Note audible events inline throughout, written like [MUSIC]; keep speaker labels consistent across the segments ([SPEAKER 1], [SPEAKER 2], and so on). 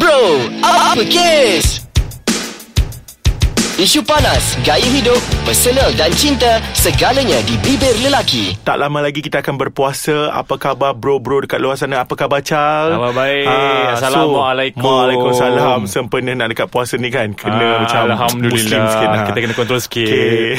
[SPEAKER 1] Bro, apa kes? Isu panas, gaya hidup, personal dan cinta, segalanya di bibir lelaki.
[SPEAKER 2] Tak lama lagi kita akan berpuasa. Apa khabar bro-bro dekat luar sana? Apa khabar Chal? Ah,
[SPEAKER 3] Khabar baik.
[SPEAKER 2] So,
[SPEAKER 3] Assalamualaikum.
[SPEAKER 2] Waalaiempsalam. Sempena nak dekat puasa ni kan. Kena
[SPEAKER 3] Ah,
[SPEAKER 2] macam
[SPEAKER 3] Alhamdulillah.
[SPEAKER 2] Muslim sikit. ah.
[SPEAKER 3] Kita kena kontrol sikit.
[SPEAKER 2] Okay.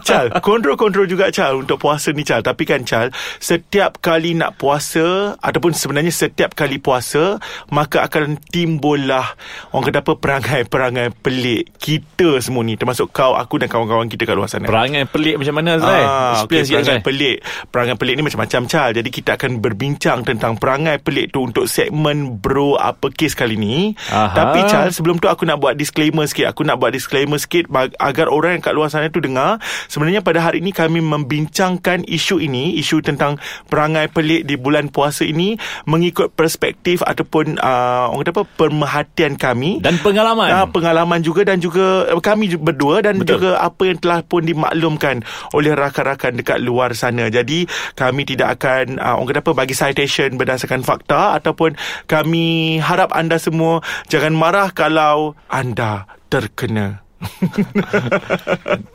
[SPEAKER 2] [LAUGHS] Chal, kontrol-kontrol juga Chal untuk puasa ni Chal. Tapi kan Chal, setiap kali nak puasa ataupun sebenarnya setiap kali puasa, maka akan timbullah orang kata apa perangai-perangai pelik kita semua ni termasuk kau, aku dan kawan-kawan kita kat luar sana.
[SPEAKER 3] Perangai pelik macam mana Azrai?
[SPEAKER 2] Ah, okay,
[SPEAKER 3] Explain sikit
[SPEAKER 2] perangai
[SPEAKER 3] Azrai.
[SPEAKER 2] pelik Perangai pelik ni macam-macam Chal Jadi kita akan berbincang Tentang perangai pelik tu Untuk segmen Bro Apa Kes kali ni
[SPEAKER 3] Aha.
[SPEAKER 2] Tapi Chal Sebelum tu aku nak buat disclaimer sikit Aku nak buat disclaimer sikit bag- Agar orang yang kat luar sana tu dengar Sebenarnya pada hari ni Kami membincangkan isu ini Isu tentang Perangai pelik Di bulan puasa ini Mengikut perspektif Ataupun uh, Orang kata apa Permerhatian kami
[SPEAKER 3] Dan pengalaman.
[SPEAKER 2] Ah, pengalaman juga dan juga eh, kami ju- berdua dan
[SPEAKER 3] Kan? Betul.
[SPEAKER 2] juga apa yang telah pun dimaklumkan oleh rakan-rakan dekat luar sana. Jadi kami tidak akan uh, orang kata apa bagi citation berdasarkan fakta ataupun kami harap anda semua jangan marah kalau anda terkena.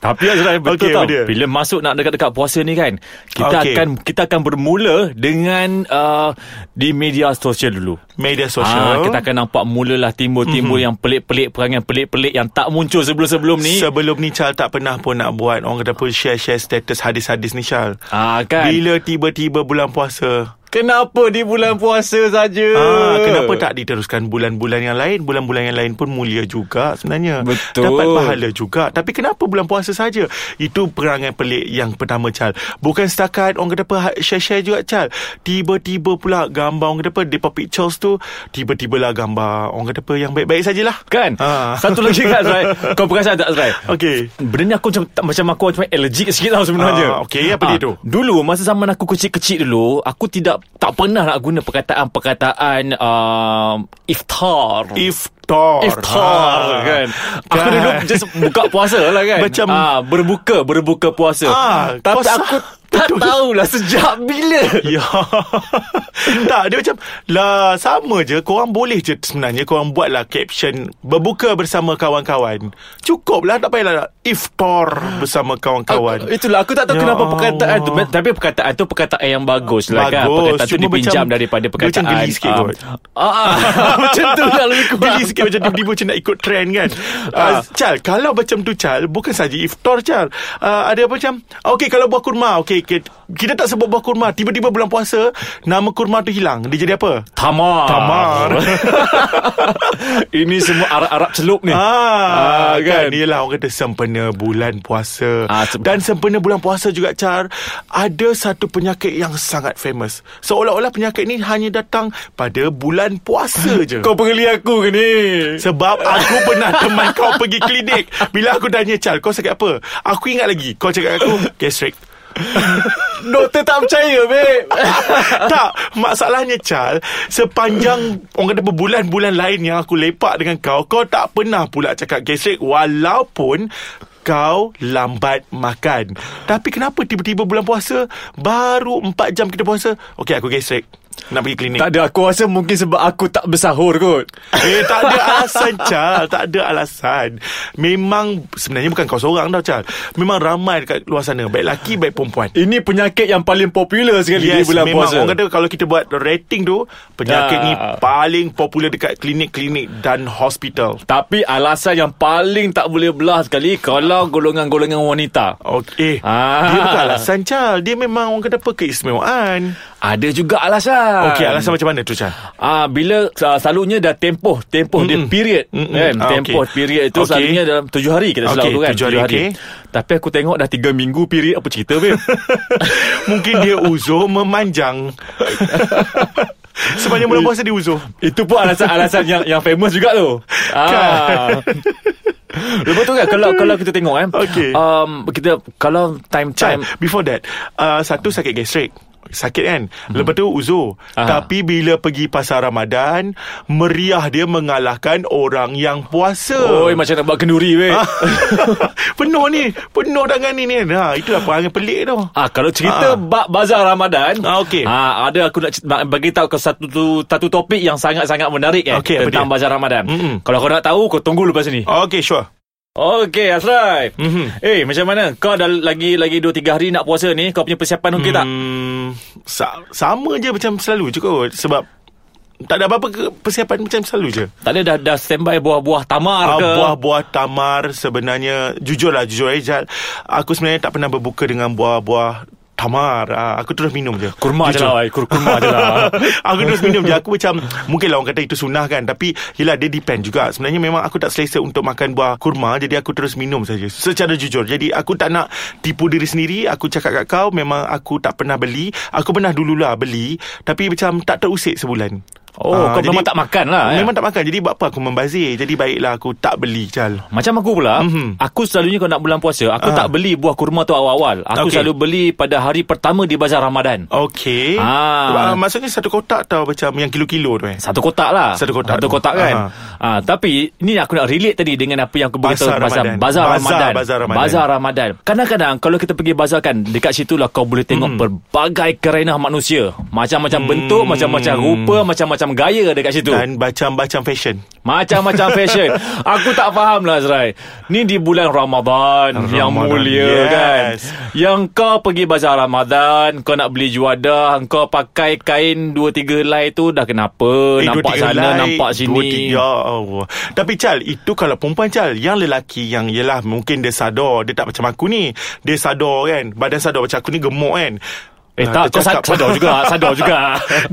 [SPEAKER 3] Tapi Azrai betul
[SPEAKER 2] Okey,
[SPEAKER 3] tau.
[SPEAKER 2] betul.
[SPEAKER 3] Bila masuk nak dekat-dekat puasa ni kan, kita
[SPEAKER 2] Okey.
[SPEAKER 3] akan kita akan bermula dengan uh, di media sosial dulu.
[SPEAKER 2] Media sosial.
[SPEAKER 3] Ah, kita akan nampak mulalah timbul-timbul mm-hmm. yang pelik-pelik, perangai pelik-pelik yang tak muncul sebelum-sebelum ni.
[SPEAKER 2] Sebelum ni Chal tak pernah pun nak buat Orang kata pun share-share status hadis-hadis ni Chal
[SPEAKER 3] ah kan.
[SPEAKER 2] Bila tiba-tiba bulan puasa
[SPEAKER 3] Kenapa di bulan puasa saja?
[SPEAKER 2] Ah, kenapa tak diteruskan bulan-bulan yang lain? Bulan-bulan yang lain pun mulia juga sebenarnya.
[SPEAKER 3] Betul.
[SPEAKER 2] Dapat pahala juga. Tapi kenapa bulan puasa saja? Itu perangai pelik yang pertama, Chal. Bukan setakat orang kata apa, ha- share-share juga, Chal. Tiba-tiba pula gambar orang kata apa, Depa Pictures tu, tiba-tiba lah gambar orang kata apa yang baik-baik sajalah.
[SPEAKER 3] Kan?
[SPEAKER 2] Ah.
[SPEAKER 3] Satu lagi kan Azrai. Kau perasan tak Azrai?
[SPEAKER 2] Okey.
[SPEAKER 3] Benda ni aku macam tak- macam aku macam allergic sikit tau sebenarnya.
[SPEAKER 2] Ah, okey, apa dia tu?
[SPEAKER 3] Dulu masa zaman aku kecil-kecil dulu, aku tidak tak pernah nak guna perkataan-perkataan um, iftar.
[SPEAKER 2] Iftar.
[SPEAKER 3] iftar
[SPEAKER 2] Ah.
[SPEAKER 3] kan. Aku dulu just buka puasa lah kan.
[SPEAKER 2] Macam-
[SPEAKER 3] ah, berbuka, berbuka puasa.
[SPEAKER 2] Ah,
[SPEAKER 3] Tapi
[SPEAKER 2] puasa. [LAUGHS]
[SPEAKER 3] aku tak tahulah sejak bila.
[SPEAKER 2] Ya [LAUGHS] Tak dia macam Lah sama je Korang boleh je sebenarnya Korang buatlah caption Berbuka bersama kawan-kawan Cukup lah Tak payahlah nak Iftar bersama
[SPEAKER 3] Aku,
[SPEAKER 2] kawan-kawan
[SPEAKER 3] itulah aku tak
[SPEAKER 2] Ya
[SPEAKER 3] tahu kenapa perkataan tu
[SPEAKER 2] Allah.
[SPEAKER 3] tapi perkataan tu perkataan yang bagus lah kan
[SPEAKER 2] Bagus.
[SPEAKER 3] perkataan tu
[SPEAKER 2] Cuma
[SPEAKER 3] dipinjam
[SPEAKER 2] macam-
[SPEAKER 3] daripada
[SPEAKER 2] dia macam
[SPEAKER 3] perkataan
[SPEAKER 2] geli sikit
[SPEAKER 3] um,
[SPEAKER 2] kot.
[SPEAKER 3] ah, [LAUGHS] ah, macam tu lah lebih kurang
[SPEAKER 2] Geli sikit macam tiba-tiba macam nak ikut trend kan uh, Chal Kalau macam tu Chal Bukan saja iftar Chal uh, Ada apa macam Okay kalau buah kurma Okay kita, kita tak sebut buah kurma Tiba-tiba bulan puasa Nama kurma tu hilang Dia jadi apa?
[SPEAKER 3] Tamar
[SPEAKER 2] Tamar.
[SPEAKER 3] Ini semua Arab-Arab celup ni
[SPEAKER 2] Ah,
[SPEAKER 3] Ah,
[SPEAKER 2] kan?
[SPEAKER 3] kan?
[SPEAKER 2] Yelah orang kata sempena bulan puasa
[SPEAKER 3] Ah, se-
[SPEAKER 2] Dan sempena bulan puasa juga Char Ada satu penyakit yang sangat famous Seolah-olah penyakit ni hanya datang pada bulan
[SPEAKER 3] [LAUGHS]
[SPEAKER 2] puasa je
[SPEAKER 3] Kau pengeli aku ke ni
[SPEAKER 2] sebab aku pernah teman kau pergi klinik Bila aku tanya Chal Kau sakit apa Aku ingat lagi Kau cakap
[SPEAKER 3] [LAUGHS]
[SPEAKER 2] aku Gastrik
[SPEAKER 3] Doktor tak percaya babe
[SPEAKER 2] [LAUGHS] Tak Masalahnya Chal Sepanjang Orang kata berbulan-bulan lain Yang aku lepak dengan kau Kau tak pernah pula cakap gastrik Walaupun kau lambat makan Tapi kenapa tiba-tiba bulan puasa Baru 4 jam kita puasa Okey aku gastrik Nak pergi klinik
[SPEAKER 3] Tak ada aku rasa mungkin sebab aku tak bersahur kot
[SPEAKER 2] Eh tak ada alasan Chal Tak ada alasan Memang Sebenarnya bukan kau seorang tau Chal Memang ramai dekat luar sana Baik lelaki baik perempuan
[SPEAKER 3] Ini penyakit yang paling popular sekali
[SPEAKER 2] Yes,
[SPEAKER 3] di bulan
[SPEAKER 2] memang
[SPEAKER 3] puasa
[SPEAKER 2] orang kata kalau kita buat rating tu Penyakit
[SPEAKER 3] Ah.
[SPEAKER 2] ni paling popular dekat klinik-klinik dan hospital
[SPEAKER 3] Tapi alasan yang paling tak boleh belah sekali Kalau golongan-golongan wanita
[SPEAKER 2] Okay
[SPEAKER 3] Ah.
[SPEAKER 2] Dia bukan alasan Chal Dia memang orang kata apa keistimewaan
[SPEAKER 3] Ada juga alasan.
[SPEAKER 2] Okay alasan macam mana tu Chal?
[SPEAKER 3] Ah bila ah, selalunya dah tempoh, tempoh dia period
[SPEAKER 2] Mm-mm.
[SPEAKER 3] kan.
[SPEAKER 2] Ah,
[SPEAKER 3] tempoh
[SPEAKER 2] okey.
[SPEAKER 3] period itu
[SPEAKER 2] Okey.
[SPEAKER 3] selalunya dalam 7 hari kita selalu
[SPEAKER 2] Okey,
[SPEAKER 3] tu kan.
[SPEAKER 2] tujuh hari, okey.
[SPEAKER 3] Tapi aku tengok dah 3 minggu period apa cerita
[SPEAKER 2] [LAUGHS]
[SPEAKER 3] babe.
[SPEAKER 2] Mungkin dia uzur
[SPEAKER 3] [LAUGHS]
[SPEAKER 2] memanjang Sepanjang bulan puasa dia uzur
[SPEAKER 3] itu pun alasan-alasan yang yang famous juga tu. Ah. Lepas tu kan kalau kalau kita tengok kan.
[SPEAKER 2] Kan? Okey.
[SPEAKER 3] Um kita kalau time
[SPEAKER 2] Chal
[SPEAKER 3] time
[SPEAKER 2] before that uh, Satu sakit gastrik sakit kan hmm. Lepas tu uzur
[SPEAKER 3] Aha.
[SPEAKER 2] Tapi bila pergi pasar Ramadan Meriah dia mengalahkan orang yang puasa
[SPEAKER 3] Oi macam nak buat kenduri weh.
[SPEAKER 2] Ah. [LAUGHS] Penuh ni Penuh tangan ni ni ha, Itulah perangai pelik tu
[SPEAKER 3] Ah kalau cerita
[SPEAKER 2] Ah.
[SPEAKER 3] bab bazar Ramadan,
[SPEAKER 2] Ah, okey.
[SPEAKER 3] Ah ada aku nak cer- bagi tahu ke satu tu satu topik yang sangat-sangat menarik eh
[SPEAKER 2] Okey, apa
[SPEAKER 3] tentang
[SPEAKER 2] dia?
[SPEAKER 3] bazar Ramadan.
[SPEAKER 2] Mm-mm.
[SPEAKER 3] Kalau kau nak tahu kau tunggu lepas ni.
[SPEAKER 2] Okay sure
[SPEAKER 3] Okey Ashraf.
[SPEAKER 2] Mhm.
[SPEAKER 3] Eh macam mana kau dah lagi lagi 2 3 hari nak puasa ni kau punya persiapan okey tak?
[SPEAKER 2] Hmm, sa- sama je macam selalu je kot Sebab tak ada apa-apa ke- persiapan macam selalu je
[SPEAKER 3] Tak ada dah dah standby buah-buah tamar
[SPEAKER 2] Ah,
[SPEAKER 3] ke?
[SPEAKER 2] Buah-buah tamar sebenarnya Jujurlah jujur eh Jal Aku sebenarnya tak pernah berbuka dengan buah-buah tamar ah, Aku terus minum je
[SPEAKER 3] Kurma je
[SPEAKER 2] Jujur.
[SPEAKER 3] lah weh. Kur- Kurma je lah
[SPEAKER 2] [LAUGHS] aku terus minum je Aku macam Mungkin lah orang kata itu sunnah kan Tapi Yelah dia depend juga Sebenarnya memang aku tak selesa Untuk makan buah kurma Jadi aku terus minum saja Secara jujur Jadi aku tak nak Tipu diri sendiri Aku cakap kat kau Memang aku tak pernah beli Aku pernah dululah beli Tapi macam tak terusik sebulan
[SPEAKER 3] [LAUGHS] Oh
[SPEAKER 2] Ah,
[SPEAKER 3] kau
[SPEAKER 2] jadi-
[SPEAKER 3] memang tak makan lah eh?
[SPEAKER 2] Memang tak makan Jadi buat apa aku membazir Jadi baiklah aku tak beli Jal
[SPEAKER 3] Macam aku pula
[SPEAKER 2] Mhm.
[SPEAKER 3] Aku selalunya kalau nak bulan puasa Aku
[SPEAKER 2] Ah.
[SPEAKER 3] tak beli buah kurma tu awal-awal Aku
[SPEAKER 2] Okey.
[SPEAKER 3] selalu beli pada hari pertama di bazar Ramadan
[SPEAKER 2] Okay
[SPEAKER 3] Ah.
[SPEAKER 2] ah. Maksudnya satu kotak tau Macam yang kilo-kilo tu eh
[SPEAKER 3] Satu kotak lah
[SPEAKER 2] Satu kotak.
[SPEAKER 3] Satu kotak kan
[SPEAKER 2] Aha.
[SPEAKER 3] ha, Tapi Ni aku nak relate tadi Dengan apa yang aku beritahu
[SPEAKER 2] Bazar Ramadan.
[SPEAKER 3] Bazar
[SPEAKER 2] Bazar-
[SPEAKER 3] Ramadan
[SPEAKER 2] Bazar Ramadan.
[SPEAKER 3] Bazar Ramadan Kadang-kadang Kalau kita pergi bazar kan Dekat situ lah kau boleh
[SPEAKER 2] Hmm.
[SPEAKER 3] tengok Berbagai kerenah manusia Macam-macam bentuk Macam-macam rupa Macam-macam gaya dekat situ
[SPEAKER 2] Dan macam-macam fashion
[SPEAKER 3] Macam-macam fashion Aku tak faham lah Azrai Ni di bulan Ramadan, Yang
[SPEAKER 2] Ramadan,
[SPEAKER 3] mulia
[SPEAKER 2] yes.
[SPEAKER 3] kan Yang kau pergi bazar Ramadan Kau nak beli juada Kau pakai kain dua tiga helai tu Dah kenapa
[SPEAKER 2] dua,
[SPEAKER 3] eh, Nampak
[SPEAKER 2] tiga
[SPEAKER 3] sana
[SPEAKER 2] helai,
[SPEAKER 3] Nampak
[SPEAKER 2] Dua
[SPEAKER 3] sini
[SPEAKER 2] tiga Ya Allah Tapi Chal Itu kalau perempuan Chal Yang lelaki yang Yelah mungkin dia sadar Dia tak macam aku ni Dia sadar kan Badan sadar macam aku ni gemuk kan
[SPEAKER 3] Eh
[SPEAKER 2] Ah, dia
[SPEAKER 3] tak Kau sad-
[SPEAKER 2] cakap- [LAUGHS]
[SPEAKER 3] sadar juga Sadar juga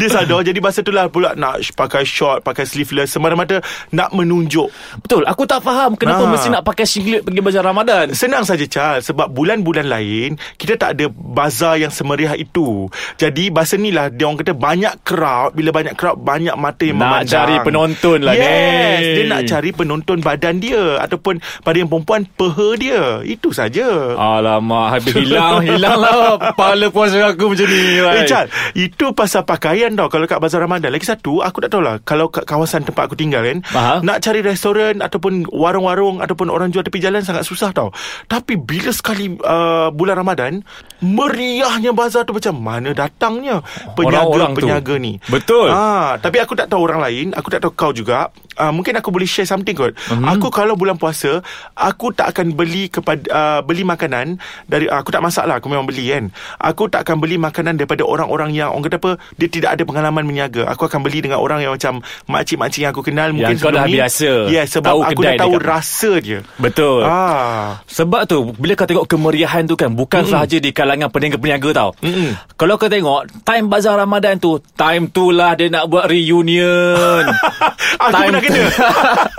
[SPEAKER 2] Dia sadar Jadi masa tu lah pula Nak sh- pakai short Pakai sleeveless Semata-mata Nak menunjuk
[SPEAKER 3] Betul Aku tak faham Kenapa
[SPEAKER 2] Nah.
[SPEAKER 3] mesti nak pakai singlet Pergi bazar Ramadan
[SPEAKER 2] Senang saja Chal Sebab bulan-bulan lain Kita tak ada bazar yang semeriah itu Jadi bahasa ni lah Dia orang kata banyak crowd Bila banyak crowd Banyak mata yang
[SPEAKER 3] Nak
[SPEAKER 2] memandang
[SPEAKER 3] cari penonton lah ni.
[SPEAKER 2] Yes Dia nak cari penonton badan dia Ataupun pada yang perempuan Peha dia Itu saja
[SPEAKER 3] Alamak Habis
[SPEAKER 2] [LAUGHS]
[SPEAKER 3] hilang Hilanglah Pahala puasa aku macam
[SPEAKER 2] Eh
[SPEAKER 3] ni Rai.
[SPEAKER 2] Chal Itu pasal pakaian tau Kalau kat Bazar Ramadan Lagi satu Aku tak tahulah Kalau kat kawasan tempat aku tinggal kan
[SPEAKER 3] Aha.
[SPEAKER 2] Nak cari restoran Ataupun warung-warung Ataupun orang jual tepi jalan Sangat susah tau Tapi bila sekali uh, Bulan Ramadan Meriahnya bazar tu Macam mana datangnya
[SPEAKER 3] Orang-orang tu.
[SPEAKER 2] Peniaga-peniaga ni
[SPEAKER 3] Betul.
[SPEAKER 2] ah, Tapi aku tak tahu orang lain Aku tak tahu kau juga uh, Mungkin aku boleh share something kot
[SPEAKER 3] Mhm.
[SPEAKER 2] Aku kalau bulan puasa Aku tak akan beli kepada uh, Beli makanan dari uh, Aku tak masak lah Aku memang beli kan Aku tak akan beli makanan Daripada orang-orang yang Orang kata apa Dia tidak ada pengalaman meniaga Aku akan beli dengan orang yang macam Makcik-makcik yang aku kenal Mungkin
[SPEAKER 3] kau dah
[SPEAKER 2] sebelum ni.
[SPEAKER 3] biasa.
[SPEAKER 2] Ya yeah, sebab
[SPEAKER 3] Tahu
[SPEAKER 2] aku dah
[SPEAKER 3] kedai
[SPEAKER 2] tahu
[SPEAKER 3] dekat-
[SPEAKER 2] rasa dia
[SPEAKER 3] Betul
[SPEAKER 2] Ah,
[SPEAKER 3] Sebab tu bila kau tengok kemeriahan tu kan bukan mm sahaja di kalangan peniaga-peniaga tau.
[SPEAKER 2] Mm-mm.
[SPEAKER 3] Kalau kau tengok time bazar Ramadan tu, time tu lah dia nak
[SPEAKER 2] [LAUGHS]
[SPEAKER 3] buat reunion.
[SPEAKER 2] Ah, Aku pernah kena.
[SPEAKER 3] [LAUGHS]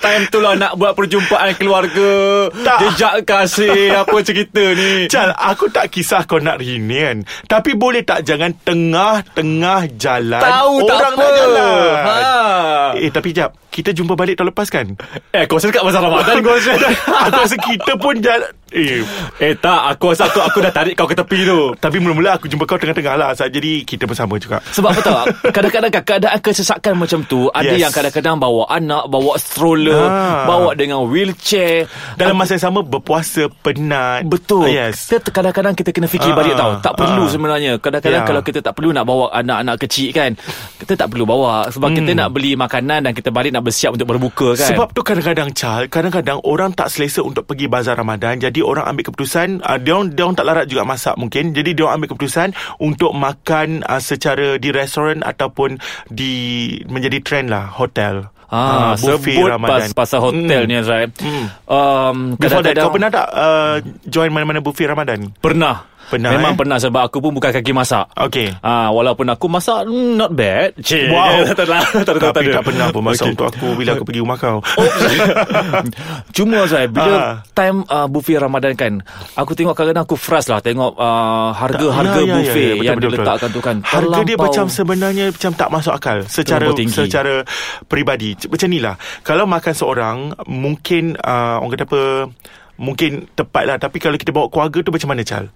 [SPEAKER 3] time tu lah nak buat perjumpaan keluarga.
[SPEAKER 2] Tak.
[SPEAKER 3] Jejak
[SPEAKER 2] [LAUGHS]
[SPEAKER 3] kasih apa cerita ni.
[SPEAKER 2] Chal, aku tak kisah kau nak reunion Tapi boleh tak jangan tengah-tengah jalan
[SPEAKER 3] Tahu tak
[SPEAKER 2] Orang
[SPEAKER 3] apa.
[SPEAKER 2] nak jalan
[SPEAKER 3] Ha.
[SPEAKER 2] Eh tapi jap Kita jumpa balik tahun lepas kan
[SPEAKER 3] Eh, kau rasa dekat bazar Ramadan kau rasa.
[SPEAKER 2] [LAUGHS] Aku rasa kita pun jalan Eh
[SPEAKER 3] [LAUGHS] eh tak, aku rasa aku, aku dah tarik kau ke tepi tu.
[SPEAKER 2] Tapi mula-mula aku jumpa kau tengah-tengah lah Zat. Jadi kita pun sama juga
[SPEAKER 3] Sebab apa tahu Kadang-kadang kan, keadaan kesesakan macam tu Ada
[SPEAKER 2] Yes.
[SPEAKER 3] yang kadang-kadang bawa anak Bawa stroller
[SPEAKER 2] Ah.
[SPEAKER 3] Bawa dengan wheelchair
[SPEAKER 2] Dalam masa yang sama Berpuasa penat
[SPEAKER 3] Betul
[SPEAKER 2] Ah, Yes
[SPEAKER 3] Kita kadang-kadang kita kena fikir
[SPEAKER 2] Ah,
[SPEAKER 3] balik
[SPEAKER 2] ah,
[SPEAKER 3] tau Tak perlu
[SPEAKER 2] ah.
[SPEAKER 3] sebenarnya Kadang-kadang
[SPEAKER 2] Ya.
[SPEAKER 3] kalau kita tak perlu nak bawa anak-anak kecil kan Kita tak perlu bawa Sebab kita nak beli makanan Dan kita balik nak bersiap untuk berbuka kan
[SPEAKER 2] Hmm. Sebab tu kadang-kadang Chal Kadang-kadang orang tak selesa Untuk pergi bazar Ramadan Jadi orang ambil keputusan uh, dia, orang, dia orang tak larat juga masak mungkin Jadi dia orang ambil keputusan Untuk makan uh, secara di restoran Ataupun di Menjadi trend lah Hotel Ah,
[SPEAKER 3] Ah,
[SPEAKER 2] buffet
[SPEAKER 3] sebut
[SPEAKER 2] Ramadan. Hmm.
[SPEAKER 3] pas, pasal hotel ni Azrai mm. um,
[SPEAKER 2] Before that
[SPEAKER 3] kadang-kadang-
[SPEAKER 2] Kau pernah tak uh, Join mana-mana buffet Ramadan
[SPEAKER 3] Pernah
[SPEAKER 2] Pernah,
[SPEAKER 3] Memang
[SPEAKER 2] eh?
[SPEAKER 3] pernah sebab aku pun bukan kaki masak
[SPEAKER 2] Okay
[SPEAKER 3] Ah, walaupun aku masak mm, not bad. Cik,
[SPEAKER 2] [LAUGHS] Wow.
[SPEAKER 3] tak ada, tak ada,
[SPEAKER 2] Tapi
[SPEAKER 3] ada.
[SPEAKER 2] tak pernah
[SPEAKER 3] [LAUGHS]
[SPEAKER 2] pun [LAUGHS] masak
[SPEAKER 3] Okey.
[SPEAKER 2] okay. untuk aku Bila aku pergi rumah kau
[SPEAKER 3] Cuma Zai Bila
[SPEAKER 2] Ah.
[SPEAKER 3] time uh, buffet Ramadan kan Aku tengok kadang-kadang aku frust lah Tengok uh, harga-harga
[SPEAKER 2] Ya, ya, ya,
[SPEAKER 3] buffet
[SPEAKER 2] ya, betul,
[SPEAKER 3] Yang
[SPEAKER 2] betul, betul.
[SPEAKER 3] diletakkan tu kan
[SPEAKER 2] Harga dia
[SPEAKER 3] terlampau-
[SPEAKER 2] macam sebenarnya Macam tak masuk akal Secara
[SPEAKER 3] Terlampau tinggi.
[SPEAKER 2] secara peribadi C- Macam ni lah Kalau makan seorang Mungkin uh, Orang kata apa mungkin tepat lah tapi kalau kita bawa keluarga tu macam mana Chal?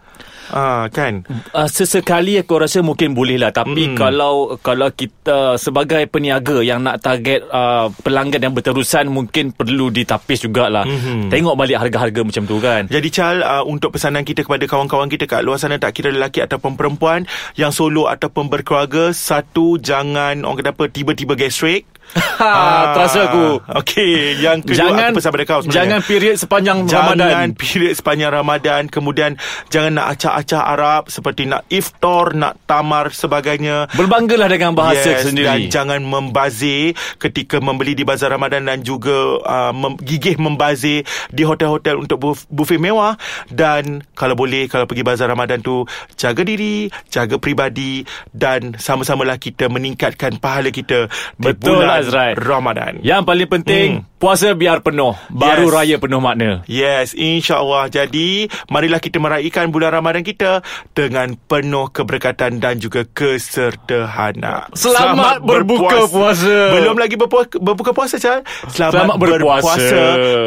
[SPEAKER 2] Ah kan.
[SPEAKER 3] Uh, sesekali aku rasa mungkin boleh lah
[SPEAKER 2] Hmm.
[SPEAKER 3] tapi mm. kalau kalau kita sebagai peniaga yang nak target uh, pelanggan yang berterusan mungkin perlu ditapis jugalah.
[SPEAKER 2] Hmm.
[SPEAKER 3] Mm-hmm. Tengok balik harga-harga macam tu kan.
[SPEAKER 2] Jadi Chal uh, untuk pesanan kita kepada kawan-kawan kita kat luar sana tak kira lelaki ataupun perempuan yang solo ataupun berkeluarga satu jangan orang kata apa tiba-tiba gastrik.
[SPEAKER 3] Ha, terasa aku.
[SPEAKER 2] Ah. Okey, yang kedua
[SPEAKER 3] jangan
[SPEAKER 2] aku pesan pada kau sebenarnya.
[SPEAKER 3] jangan period sepanjang
[SPEAKER 2] Jangan
[SPEAKER 3] Ramadan.
[SPEAKER 2] period sepanjang Ramadan Kemudian Jangan nak acah-acah Arab Seperti nak iftar Nak tamar Sebagainya
[SPEAKER 3] Berbanggalah dengan bahasa
[SPEAKER 2] yes,
[SPEAKER 3] sendiri.
[SPEAKER 2] Dan jangan membazir Ketika membeli di Bazar Ramadan Dan juga uh, mem- Gigih membazir Di hotel-hotel Untuk buf- bufet mewah Dan Kalau boleh Kalau pergi Bazar Ramadan tu Jaga diri Jaga peribadi Dan sama-samalah kita Meningkatkan pahala kita Di
[SPEAKER 3] Betul,
[SPEAKER 2] bulan
[SPEAKER 3] Azrael. Ya,
[SPEAKER 2] Ramadan
[SPEAKER 3] Yang paling penting puasa biar penuh, baru
[SPEAKER 2] Hmm. Yes.
[SPEAKER 3] raya penuh makna.
[SPEAKER 2] Yes, insyaAllah. Jadi, marilah kita meraihkan bulan Ramadan kita dengan penuh keberkatan dan juga kesederhana.
[SPEAKER 3] Selamat berbuka puasa.
[SPEAKER 2] Belum lagi berpuasa, berbuka puasa, Chan. Selamat,
[SPEAKER 3] Selamat berpuasa.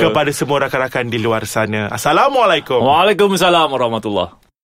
[SPEAKER 2] kepada semua rakan-rakan di luar sana. Assalamualaikum.
[SPEAKER 3] Waalaikumsalam warahmatullahi